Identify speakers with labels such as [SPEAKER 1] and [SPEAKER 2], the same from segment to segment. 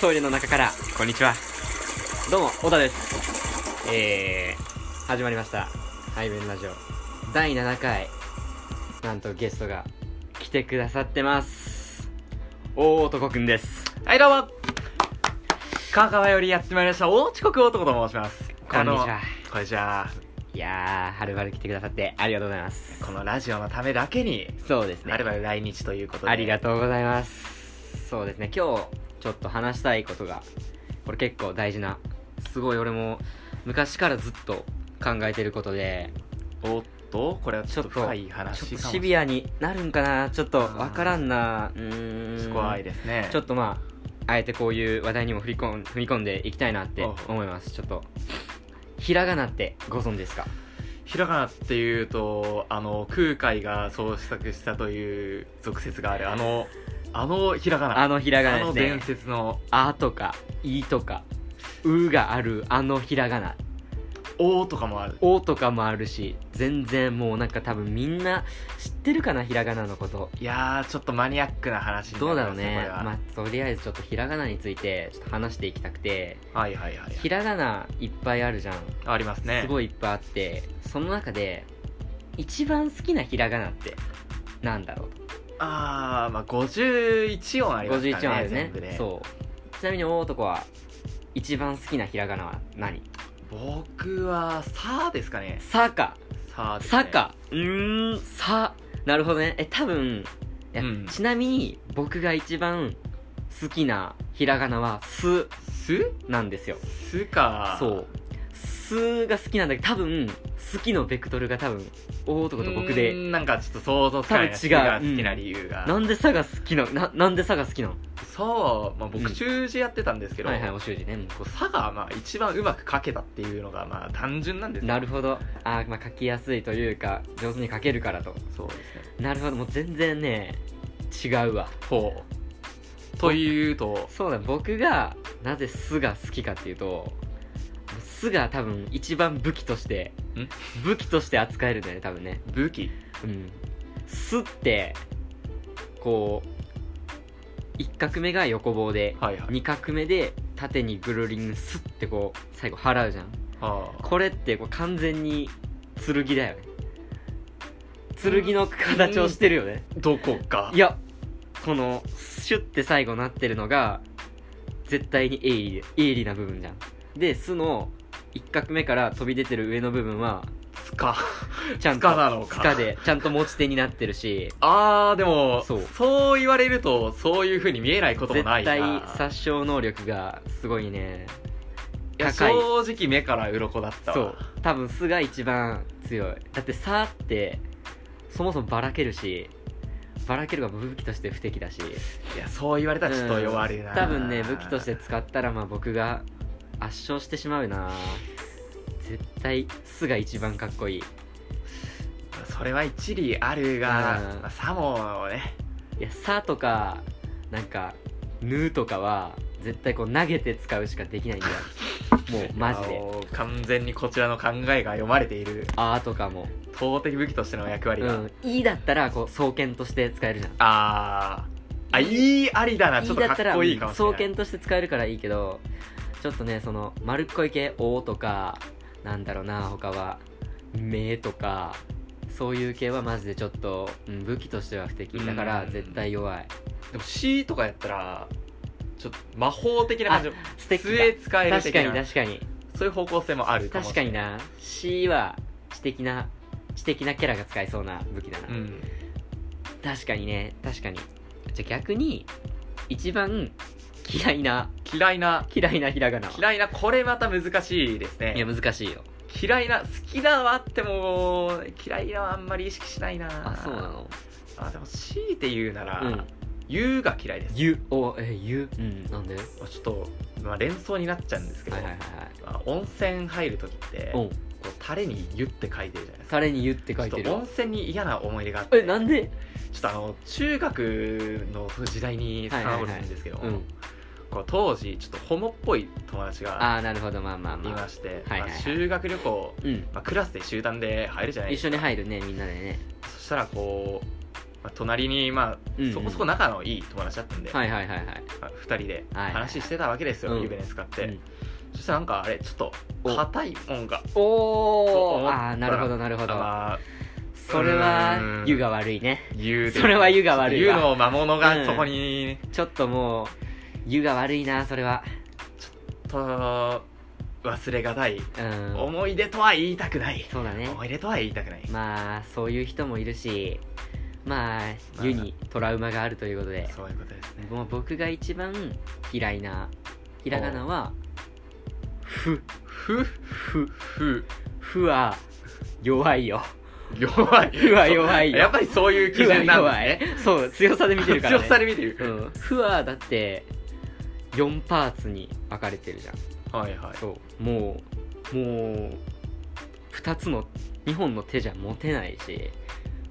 [SPEAKER 1] トイレの中から
[SPEAKER 2] こんにちは。
[SPEAKER 1] どうも小田ですえー、始まりました「背面ラジオ」第7回なんとゲストが来てくださってます大男くんです
[SPEAKER 2] はい、どうも。香川よりやってまいりました、大遅刻男と申します。
[SPEAKER 1] こんにち
[SPEAKER 2] の
[SPEAKER 1] は。
[SPEAKER 2] こんにちは。
[SPEAKER 1] いやーはるばる来てくださってありがとうございます
[SPEAKER 2] このラジオのためだけに、
[SPEAKER 1] そうですね
[SPEAKER 2] あれば来日ということで。
[SPEAKER 1] ありがとうございますそうですね今日ちょっと話したいことがこれ結構大事なすごい俺も昔からずっと考えてることで
[SPEAKER 2] おっと、これはちょっと
[SPEAKER 1] ちょっと
[SPEAKER 2] 深い
[SPEAKER 1] ちょっ
[SPEAKER 2] 話
[SPEAKER 1] と
[SPEAKER 2] かも
[SPEAKER 1] シ
[SPEAKER 2] しれ
[SPEAKER 1] ビアになるんかなちょっとわからんなうーん
[SPEAKER 2] ない。怖いですね。
[SPEAKER 1] ちょっとまああえてこういう話題にも振り込ん踏み込んでいきたいなって思いますちょっとひらがなってご存知ですか
[SPEAKER 2] ひらがなっていうと、あの、空海が創作したという俗説がある、あの、あのひらがな。
[SPEAKER 1] あのひらが
[SPEAKER 2] あ
[SPEAKER 1] な
[SPEAKER 2] の
[SPEAKER 1] です
[SPEAKER 2] 伝
[SPEAKER 1] ね
[SPEAKER 2] 説の
[SPEAKER 1] あとかいとかうがあるあのひらがな
[SPEAKER 2] 「お」とかもある
[SPEAKER 1] おとかもあるし全然もうなんか多分みんな知ってるかなひらがなのこと
[SPEAKER 2] いやーちょっとマニアックな話にな
[SPEAKER 1] どうだ
[SPEAKER 2] り
[SPEAKER 1] ろう
[SPEAKER 2] ますね
[SPEAKER 1] ね
[SPEAKER 2] これは、
[SPEAKER 1] まあとりあえずちょっとひらがなについてちょっと話していきたくて
[SPEAKER 2] はいはいはい
[SPEAKER 1] ひらがないっぱいあるじゃん
[SPEAKER 2] ありますね
[SPEAKER 1] すごいいっぱいあってその中で一番好きなひらがなってなんだろう
[SPEAKER 2] あーまあ51音ありますからね
[SPEAKER 1] 51音あるね
[SPEAKER 2] 全部で
[SPEAKER 1] そうちなみに大男は一番好きなひらがなは何
[SPEAKER 2] 僕は「さ」ですかね
[SPEAKER 1] さか
[SPEAKER 2] 「さ」ですね
[SPEAKER 1] さかうーんさなるほどねえ多分いや
[SPEAKER 2] うん
[SPEAKER 1] ちなみに僕が一番好きなひらがなは「す
[SPEAKER 2] す」
[SPEAKER 1] なんですよ
[SPEAKER 2] すか
[SPEAKER 1] そう「す」が好きなんだけど多分好きのベクトルが多分大男と僕
[SPEAKER 2] うー
[SPEAKER 1] で
[SPEAKER 2] んなんかちょっと想像つかないな
[SPEAKER 1] 多分違う
[SPEAKER 2] すが好きな理由が、
[SPEAKER 1] なんで「さ」が好きなのななんで「さ」が好きなの
[SPEAKER 2] そう、まあ、
[SPEAKER 1] う
[SPEAKER 2] 僕
[SPEAKER 1] ん
[SPEAKER 2] 習字やってたんですけど、
[SPEAKER 1] はいはいお習字ねも
[SPEAKER 2] こうさがまあ一番うまく書けたっていうのがまあ単純なんで
[SPEAKER 1] う
[SPEAKER 2] すよ
[SPEAKER 1] なるほどあー、まあ書きやすいというか上手に書けるからと
[SPEAKER 2] そうですね
[SPEAKER 1] なるほどもう全然ね違うわ
[SPEAKER 2] ほうというと
[SPEAKER 1] そうだ僕がなぜ「す」が好きかっていうと「す」が多分一番武器として
[SPEAKER 2] ん
[SPEAKER 1] 武器として扱えるんだよね多分ね
[SPEAKER 2] 武器
[SPEAKER 1] うん「す」ってこう1画目が横棒で
[SPEAKER 2] はいはい、
[SPEAKER 1] 2画目で縦にぐるりんすってこう最後払うじゃん
[SPEAKER 2] はあ
[SPEAKER 1] これってこう完全に剣だよね剣の形をしてるよね、
[SPEAKER 2] どこか
[SPEAKER 1] いやこのシュッて最後なってるのが絶対に鋭利で鋭利な部分じゃんで「す」の一画目から飛び出てる上の部分は
[SPEAKER 2] つか
[SPEAKER 1] ちゃん
[SPEAKER 2] つ
[SPEAKER 1] と
[SPEAKER 2] かなのか
[SPEAKER 1] つかでちゃんと持ち手になってるし
[SPEAKER 2] あーでも
[SPEAKER 1] そ
[SPEAKER 2] そうう言われるとそういうふうに見えないことも
[SPEAKER 1] 絶
[SPEAKER 2] ないな
[SPEAKER 1] 対殺傷能力がすごいね
[SPEAKER 2] いや
[SPEAKER 1] 高い
[SPEAKER 2] 正直目から鱗だったわ
[SPEAKER 1] そう多分「す」が一番強いだって「さ」ってそもそもばらけるしばらけるが武器として不敵だし
[SPEAKER 2] いやそう言われたらちょっと弱いな、
[SPEAKER 1] 多分ね武器として使ったらまあ僕が圧勝してしまうな絶対「す」が一番かっこいい
[SPEAKER 2] それは一理あるが、
[SPEAKER 1] うん
[SPEAKER 2] まあ、さもね
[SPEAKER 1] いや「さ」とかなんか「ぬ」とかは絶対こう投げて使うしかできないんだよもうマジ
[SPEAKER 2] あ
[SPEAKER 1] で
[SPEAKER 2] の完全にこちらの考えが読まれている
[SPEAKER 1] 「あ」とかも
[SPEAKER 2] 投擲武器としての
[SPEAKER 1] 「
[SPEAKER 2] 役割
[SPEAKER 1] う
[SPEAKER 2] が、
[SPEAKER 1] ん」「い」だったらこう双剣として使えるじゃん
[SPEAKER 2] あーあいいありだなちょっと
[SPEAKER 1] だ
[SPEAKER 2] か
[SPEAKER 1] った
[SPEAKER 2] っ
[SPEAKER 1] ら
[SPEAKER 2] こいいかもしれ
[SPEAKER 1] 双
[SPEAKER 2] ない
[SPEAKER 1] 剣として使えるからいいけどちょっとねその丸っこい系「お」とかなんだろうな他は「目」とかそういう系はマジでちょっと、うん武器としては不敵だから
[SPEAKER 2] うん
[SPEAKER 1] 絶対弱い
[SPEAKER 2] でも C とかやったらちょっと魔法的な感じ
[SPEAKER 1] 素敵
[SPEAKER 2] 杖
[SPEAKER 1] だ
[SPEAKER 2] 使える
[SPEAKER 1] 確
[SPEAKER 2] 的
[SPEAKER 1] か
[SPEAKER 2] な
[SPEAKER 1] に確かに
[SPEAKER 2] そういう方向性もあるも
[SPEAKER 1] 確
[SPEAKER 2] し
[SPEAKER 1] か
[SPEAKER 2] れ
[SPEAKER 1] に
[SPEAKER 2] い
[SPEAKER 1] な C は知的な知的なキャラが使えそうな武器だな、
[SPEAKER 2] うん
[SPEAKER 1] 確かにね確かにじゃあ逆に一番嫌いな
[SPEAKER 2] 嫌いな
[SPEAKER 1] 嫌いなひらがなはい
[SPEAKER 2] 嫌いなこれまた難しいですね
[SPEAKER 1] いや難しいよ
[SPEAKER 2] 嫌いな好きなはあっても嫌いなはあんまり意識しないな
[SPEAKER 1] あそうなの
[SPEAKER 2] あでも強いて言うなら「
[SPEAKER 1] うん
[SPEAKER 2] 言う」が嫌いです
[SPEAKER 1] ゆおえゆうんなんで
[SPEAKER 2] まあちょっと、まあ、連想になっちゃうんですけど、
[SPEAKER 1] はいはいはい
[SPEAKER 2] まあ温泉入る時って
[SPEAKER 1] はい
[SPEAKER 2] こ
[SPEAKER 1] うん
[SPEAKER 2] うタレに「湯」って書いてるじゃないですか
[SPEAKER 1] タレに「ゆ」って書い
[SPEAKER 2] ちょ
[SPEAKER 1] て
[SPEAKER 2] っと
[SPEAKER 1] る
[SPEAKER 2] 温泉に嫌な思い出があって
[SPEAKER 1] えなんで
[SPEAKER 2] ちょっとあの中学の時代に遡るんですけど、
[SPEAKER 1] うん
[SPEAKER 2] こう当時ちょっとホモっぽい友達が
[SPEAKER 1] ああなるほどまあまあ
[SPEAKER 2] い
[SPEAKER 1] まあ
[SPEAKER 2] まして、
[SPEAKER 1] はいはいはい
[SPEAKER 2] まあ修学旅行、
[SPEAKER 1] うん
[SPEAKER 2] まあ、クラスで集団で入るじゃないで
[SPEAKER 1] 一
[SPEAKER 2] すか
[SPEAKER 1] 緒に入るねみんなでね
[SPEAKER 2] そしたらこうまあ、隣に、まあ
[SPEAKER 1] うんうん
[SPEAKER 2] そこそこ仲のいい友達だったんで、
[SPEAKER 1] はいはいはいはい
[SPEAKER 2] まあ、2人で
[SPEAKER 1] はい
[SPEAKER 2] 話してたわけですよ、
[SPEAKER 1] うん
[SPEAKER 2] 湯船使って、
[SPEAKER 1] うん
[SPEAKER 2] そしたらなんかあれちょっと
[SPEAKER 1] お
[SPEAKER 2] 硬いもんが
[SPEAKER 1] お
[SPEAKER 2] そう
[SPEAKER 1] おああなるほどなるほど
[SPEAKER 2] まあ
[SPEAKER 1] それは
[SPEAKER 2] うん
[SPEAKER 1] 湯が悪いね
[SPEAKER 2] 言うで
[SPEAKER 1] それは湯が悪いわ
[SPEAKER 2] 湯の魔物
[SPEAKER 1] うん
[SPEAKER 2] がそこに、
[SPEAKER 1] ちょっともう湯が悪いなそれは
[SPEAKER 2] と忘れがたい
[SPEAKER 1] うん
[SPEAKER 2] 思い出とは言いたくない
[SPEAKER 1] そうだね
[SPEAKER 2] 思い出とは言いたくない、
[SPEAKER 1] まあそういう人もいるしまあ湯にトラウマがあるということで
[SPEAKER 2] そういうことですね
[SPEAKER 1] もう僕が一番嫌いなひらがなは
[SPEAKER 2] ふふふふ
[SPEAKER 1] 「ふ」は弱いよ
[SPEAKER 2] 弱い
[SPEAKER 1] ふは弱いよ
[SPEAKER 2] やっぱりそういう基
[SPEAKER 1] ふは
[SPEAKER 2] 準なんで
[SPEAKER 1] 弱いそう強さで見てるから、ね、
[SPEAKER 2] 強さで見てる、
[SPEAKER 1] うん、ふはだって4パーツに分かれてるじゃん
[SPEAKER 2] はいはい
[SPEAKER 1] そうもうもう2つの2本の手じゃ持てないし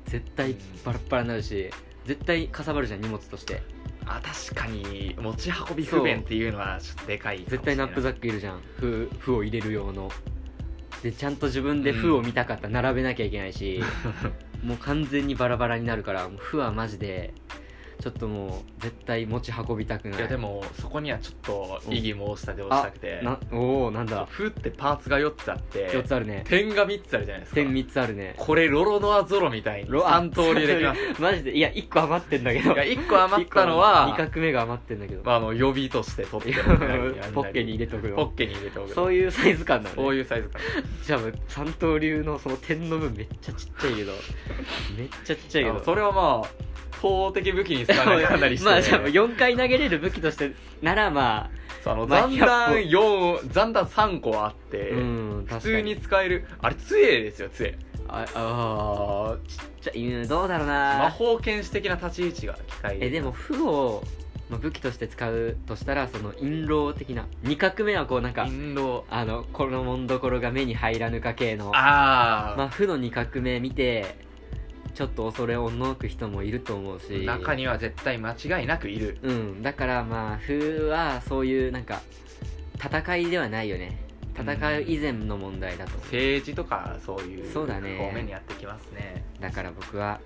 [SPEAKER 1] 絶対バラッバラになるし絶対かさばるじゃん荷物として
[SPEAKER 2] あ確かに持ち運び不便っていうのはちょっとでかいかもしれ
[SPEAKER 1] 絶対ナップザ
[SPEAKER 2] ッ
[SPEAKER 1] ックいるじゃんふふを入れる用のでちゃんと自分でふを見たかったら並べなきゃいけない し、もう完全にバラバラになるからもうふはマジでちょっともう絶対持ち運びたくない
[SPEAKER 2] いやでもそこにはちょっと異議申し立てをしたくて
[SPEAKER 1] なおおなんだ
[SPEAKER 2] ふってパーツが4つあって
[SPEAKER 1] 4つあるね
[SPEAKER 2] 点が3つあるじゃないですか
[SPEAKER 1] 点3つあるね
[SPEAKER 2] これロロノアゾロみたいに
[SPEAKER 1] ロア
[SPEAKER 2] 3通りできます
[SPEAKER 1] マジでいや1個余ってんだけど
[SPEAKER 2] いや1個余ったのは
[SPEAKER 1] 2画目が余ってんだけど、
[SPEAKER 2] まあ、あの予備として取っておくなりやんなり
[SPEAKER 1] ポッケに入れとく
[SPEAKER 2] ポ
[SPEAKER 1] の
[SPEAKER 2] ッケに入れておく
[SPEAKER 1] そういうサイズ感な
[SPEAKER 2] そ
[SPEAKER 1] の
[SPEAKER 2] う
[SPEAKER 1] ね
[SPEAKER 2] いうサイズか
[SPEAKER 1] じゃあ三刀流のその点の分めっちゃちっちゃいけどめっちゃちっちゃいけ
[SPEAKER 2] あ
[SPEAKER 1] ど
[SPEAKER 2] のそれはまあ法的武器に使われたりして、
[SPEAKER 1] まあじゃあ4回投げれる武器としてならま
[SPEAKER 2] そうあの
[SPEAKER 1] まあ
[SPEAKER 2] 残弾
[SPEAKER 1] 100
[SPEAKER 2] 4残弾3個あって、
[SPEAKER 1] あうん
[SPEAKER 2] 普
[SPEAKER 1] 確か
[SPEAKER 2] 通に使えるあれ杖ですよ杖
[SPEAKER 1] ああーちっちゃいうんどうだろう
[SPEAKER 2] 魔
[SPEAKER 1] な
[SPEAKER 2] 法剣士的な立ち位置が機械
[SPEAKER 1] えでも負を、まあ、武器として使うとしたらその印籠的な2画目はこうなんか
[SPEAKER 2] 印籠
[SPEAKER 1] あのこのもんどころが目に入らぬか系の
[SPEAKER 2] あ
[SPEAKER 1] まあ、負の2画目見てちょっと恐れおののく人もいると思う
[SPEAKER 2] あ、
[SPEAKER 1] し
[SPEAKER 2] 中には絶対間違いなくいる
[SPEAKER 1] うんだからまあ負はそういうなんか戦いではないよね戦う以前の問題だと、
[SPEAKER 2] 政治とかそういう
[SPEAKER 1] そ
[SPEAKER 2] 方
[SPEAKER 1] うだね
[SPEAKER 2] 面にやってきますね
[SPEAKER 1] だから僕は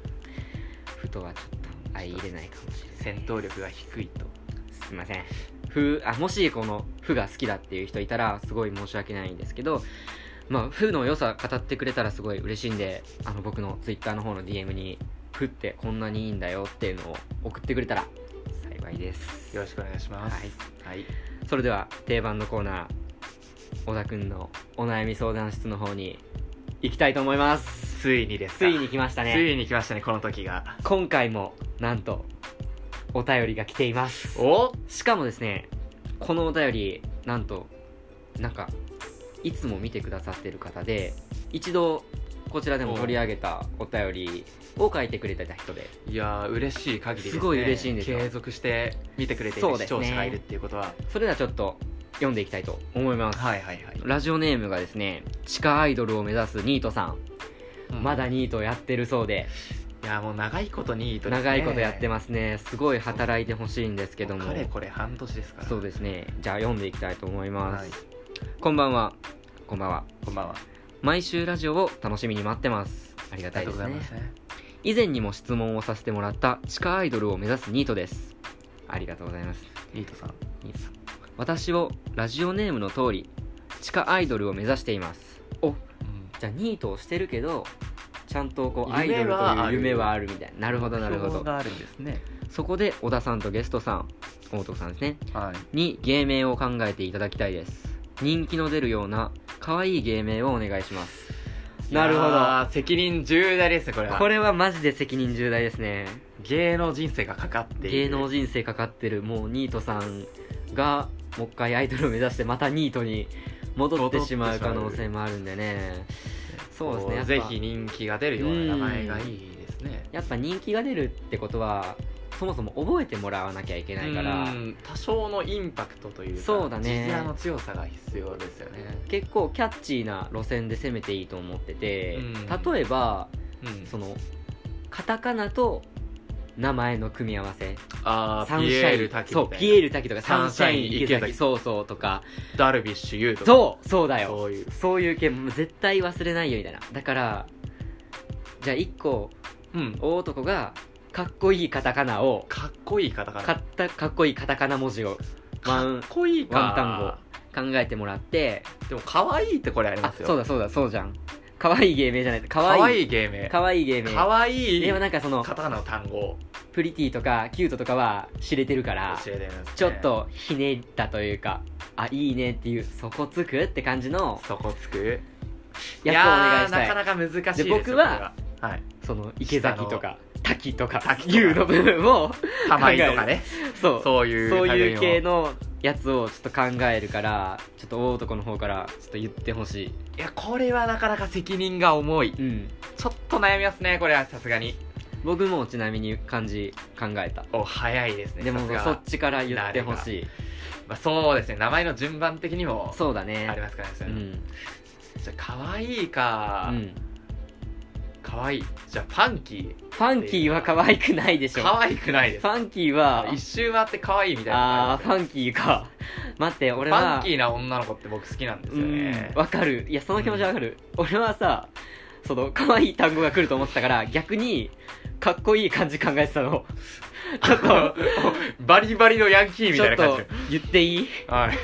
[SPEAKER 1] 負とはちょっと相入れないかもしれない
[SPEAKER 2] 戦闘力が低いと
[SPEAKER 1] すいません負あもしこの負が好きだっていう人いたらすごい申し訳ないんですけどまあ負の良さ語ってくれたらすごい嬉しいんであの僕の Twitter の方の DM に負ってこんなにいいんだよっていうのを送ってくれたら幸いです
[SPEAKER 2] よろしくお願いしますはい、
[SPEAKER 1] それでは定番のコーナー小田くんのお悩み相談室の方に行きたいと思います
[SPEAKER 2] ついにですか
[SPEAKER 1] ついに来ました
[SPEAKER 2] つ
[SPEAKER 1] ね
[SPEAKER 2] いに来ましたねこの時が
[SPEAKER 1] 今回もなんとお便りが来ています
[SPEAKER 2] お
[SPEAKER 1] しかもですねこのお便りなんとなんかいつも見てくださってる方で一度こちらでも取り上げたお便りを書いてくれてた人で
[SPEAKER 2] いやー嬉しい限りですね
[SPEAKER 1] すごい嬉しいんですよ
[SPEAKER 2] 継続して見てくれてい
[SPEAKER 1] そ
[SPEAKER 2] る
[SPEAKER 1] うで
[SPEAKER 2] 視
[SPEAKER 1] すね
[SPEAKER 2] 聴者がいるっていうことは、
[SPEAKER 1] それではちょっと読んでいきたいと思います
[SPEAKER 2] はいはいはい、
[SPEAKER 1] ラジオネームがですね地下アイドルを目指すニートさんまだ
[SPEAKER 2] い
[SPEAKER 1] ニートやってるそうで
[SPEAKER 2] やーもう長いことニートですね
[SPEAKER 1] 長いことやって
[SPEAKER 2] ま
[SPEAKER 1] ますねすごい働いてほしいんですけども
[SPEAKER 2] かれこれ半年ですから
[SPEAKER 1] そうですねじゃあ読んでいきたいと思います、
[SPEAKER 2] はい
[SPEAKER 1] こんばんはこんばんは
[SPEAKER 2] こんばんは
[SPEAKER 1] 毎週ラジオを楽しみに待ってますありが
[SPEAKER 2] あ
[SPEAKER 1] た
[SPEAKER 2] り
[SPEAKER 1] い
[SPEAKER 2] がと
[SPEAKER 1] で
[SPEAKER 2] う
[SPEAKER 1] す
[SPEAKER 2] ござい
[SPEAKER 1] ね
[SPEAKER 2] ますね
[SPEAKER 1] 以前にも質問をさせてもらった地下アイドルを目指すニートですありがとうございます
[SPEAKER 2] ニートさん
[SPEAKER 1] ニートさん私をラジオネームの通り地下アイドルを目指していますおじゃあニートをしてるけどちゃんとこうアイドルと
[SPEAKER 2] 夢はあ
[SPEAKER 1] いう
[SPEAKER 2] る
[SPEAKER 1] 夢はあるみたいななるほどなるほ
[SPEAKER 2] 目標
[SPEAKER 1] ど
[SPEAKER 2] があるんですね
[SPEAKER 1] そこで小田さんとゲストさん大徳さんですね
[SPEAKER 2] はい
[SPEAKER 1] に芸名を考えていただきたいです人気の出るような可愛い芸名をお願いしますなるほど
[SPEAKER 2] いやー責任重大ですねこれは
[SPEAKER 1] これはマジで責任重大ですね
[SPEAKER 2] 芸能人生がかかってい
[SPEAKER 1] 芸
[SPEAKER 2] る
[SPEAKER 1] 能人生かかってるもうニートさんがもう一回アイドルを目指してまたニートに戻ってしまう可能性もあるんでねそうですねやっぱ
[SPEAKER 2] ぜひ人気が出るような名前がいいですね
[SPEAKER 1] やっぱ人気が出るってことはそもそも覚えてもらわなきゃいけないから
[SPEAKER 2] うん多少のインパクトというか
[SPEAKER 1] そうだね
[SPEAKER 2] 字面の強さが必要ですよね、
[SPEAKER 1] 結構キャッチーな路線で攻めていいと思ってて
[SPEAKER 2] うん
[SPEAKER 1] 例えば
[SPEAKER 2] うん
[SPEAKER 1] そのカタカナと名前の組み合わせ
[SPEAKER 2] あ
[SPEAKER 1] サ
[SPEAKER 2] あ
[SPEAKER 1] ン
[SPEAKER 2] ピ
[SPEAKER 1] シ
[SPEAKER 2] エ
[SPEAKER 1] ャイン
[SPEAKER 2] ール滝みた
[SPEAKER 1] そ
[SPEAKER 2] いうな
[SPEAKER 1] ピエール滝とかサ
[SPEAKER 2] サ
[SPEAKER 1] ン
[SPEAKER 2] ン
[SPEAKER 1] シ
[SPEAKER 2] シ
[SPEAKER 1] ャ
[SPEAKER 2] ャ
[SPEAKER 1] イ
[SPEAKER 2] イ
[SPEAKER 1] ン
[SPEAKER 2] ン
[SPEAKER 1] 池
[SPEAKER 2] 池
[SPEAKER 1] 崎
[SPEAKER 2] 崎
[SPEAKER 1] そうそうとか
[SPEAKER 2] ダルビッシュ有とか
[SPEAKER 1] そうそうだよ
[SPEAKER 2] そういう
[SPEAKER 1] そういう系もう絶対忘れないよみたいなだからじゃあ1個
[SPEAKER 2] うん
[SPEAKER 1] 大男がかっこいいカタカナを
[SPEAKER 2] かっこいいカタカナ
[SPEAKER 1] かったかっこいいカタカナ文字 をワン
[SPEAKER 2] かっこいいか
[SPEAKER 1] ワン単語考えてもらって
[SPEAKER 2] でも可愛いってこれあり
[SPEAKER 1] あ
[SPEAKER 2] ますよ
[SPEAKER 1] そうだそうだそうじゃん可愛い芸名じゃない可
[SPEAKER 2] 可
[SPEAKER 1] 愛
[SPEAKER 2] 愛
[SPEAKER 1] い
[SPEAKER 2] い芸名
[SPEAKER 1] 可愛い芸名
[SPEAKER 2] 可愛い
[SPEAKER 1] でもなんかその
[SPEAKER 2] カタカナの単語
[SPEAKER 1] プリティとかキュートとかは知れてるから
[SPEAKER 2] 教えてるんですね
[SPEAKER 1] ちょっとひねったというかあいいねっていうそこつくって感じの
[SPEAKER 2] そこつく
[SPEAKER 1] やつをお願いし
[SPEAKER 2] や
[SPEAKER 1] たい
[SPEAKER 2] ーなかなか難しいですよ
[SPEAKER 1] で僕は
[SPEAKER 2] これははい
[SPEAKER 1] その池崎とか滝とか
[SPEAKER 2] 滝とか
[SPEAKER 1] 龍の部分を
[SPEAKER 2] 玉井とかね
[SPEAKER 1] そうそう
[SPEAKER 2] そういう
[SPEAKER 1] いう系
[SPEAKER 2] の
[SPEAKER 1] のやつをちょっと考えるからちょっと大男の方からちょっと言ってほし
[SPEAKER 2] いやこれはなかなか責任が重い
[SPEAKER 1] いうん
[SPEAKER 2] ちょっと悩みますねこれはさすがに
[SPEAKER 1] 僕もちなみに漢字考えた
[SPEAKER 2] お早いですね
[SPEAKER 1] でも
[SPEAKER 2] さすが
[SPEAKER 1] そっちから言ってほしい
[SPEAKER 2] まあ、そうですね名前の順番的にも
[SPEAKER 1] そうだ
[SPEAKER 2] あり
[SPEAKER 1] ね
[SPEAKER 2] ますからね
[SPEAKER 1] う
[SPEAKER 2] それ
[SPEAKER 1] ん
[SPEAKER 2] じゃあ可愛いうか、
[SPEAKER 1] ん
[SPEAKER 2] 可愛いじゃあファンキ
[SPEAKER 1] ファンキーは可愛くないでし
[SPEAKER 2] ー
[SPEAKER 1] ょ
[SPEAKER 2] 可愛くないです
[SPEAKER 1] ファンキーは
[SPEAKER 2] 一周回って可愛いみたいな
[SPEAKER 1] あーファンキーか 待って俺
[SPEAKER 2] フ
[SPEAKER 1] は
[SPEAKER 2] ァンキーな女の子って僕好きなんですよね
[SPEAKER 1] うんわかるいやその気持ちわかる、俺はさその可愛い単語が来ると思ってたから逆にかっこいい感じ考えてたのちょっと
[SPEAKER 2] バリバリのヤンキーみ
[SPEAKER 1] ち
[SPEAKER 2] た
[SPEAKER 1] ょ
[SPEAKER 2] い
[SPEAKER 1] っ
[SPEAKER 2] な感
[SPEAKER 1] と言
[SPEAKER 2] じ
[SPEAKER 1] っていい
[SPEAKER 2] はい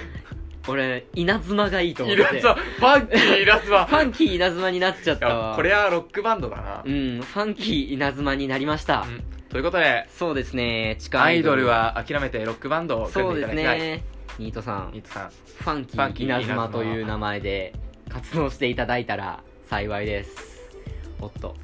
[SPEAKER 1] 俺稲妻がいいと思っ
[SPEAKER 2] イ
[SPEAKER 1] て
[SPEAKER 2] ラスはファンキーイラス は
[SPEAKER 1] ファンキー稲妻になっちゃったわ
[SPEAKER 2] これはロックバンドだな、
[SPEAKER 1] うんファンキー稲妻になりました、
[SPEAKER 2] うんということで
[SPEAKER 1] そうですね地下
[SPEAKER 2] アイドルは諦めてロックバンドを組
[SPEAKER 1] そう
[SPEAKER 2] ん
[SPEAKER 1] で
[SPEAKER 2] でいた
[SPEAKER 1] す
[SPEAKER 2] だきたい、
[SPEAKER 1] ねニートさん
[SPEAKER 2] ニッツさん
[SPEAKER 1] ファンキ
[SPEAKER 2] ファン
[SPEAKER 1] ー
[SPEAKER 2] キー稲
[SPEAKER 1] 稲
[SPEAKER 2] 妻
[SPEAKER 1] 妻という名前で活動していただいたら幸いですおっと
[SPEAKER 2] おっ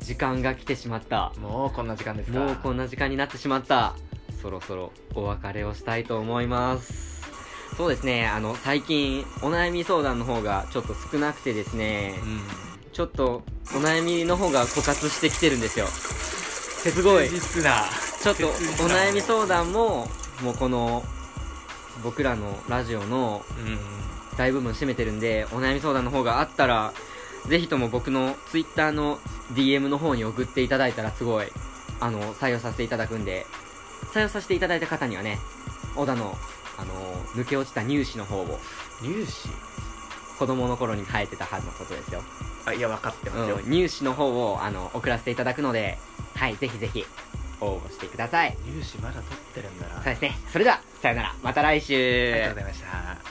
[SPEAKER 1] 時間が来てしまった
[SPEAKER 2] ともうこんな時間ですか
[SPEAKER 1] もうこんな時間になってしまったそろそろお別れをしたいと思いますそうですねあの最近お悩み相談の方がちょっと少なくてですね
[SPEAKER 2] うん
[SPEAKER 1] ちょっとお悩みの方が枯渇してきてるんですよすごい
[SPEAKER 2] 切実な
[SPEAKER 1] ちょっとお悩み相談ももうこの僕らのラジオの
[SPEAKER 2] う
[SPEAKER 1] 大部分占めてるんでお悩み相談の方があったらぜひとも僕の Twitter の DM の方に送っていただいたらすごいあの採用させていただくんで採用させていただいた方にはね小田のあの抜け落ちた乳歯の方を
[SPEAKER 2] ん入試
[SPEAKER 1] 子供の頃に生えてたはずのことですよ、
[SPEAKER 2] あいや分かってますよ、
[SPEAKER 1] うん、乳歯の方をあの送らせていただくのではいぜひぜひ応募してください
[SPEAKER 2] 入試まだ取ってるんだな、
[SPEAKER 1] そうですねそれではさよならまた来週
[SPEAKER 2] ありがとうございました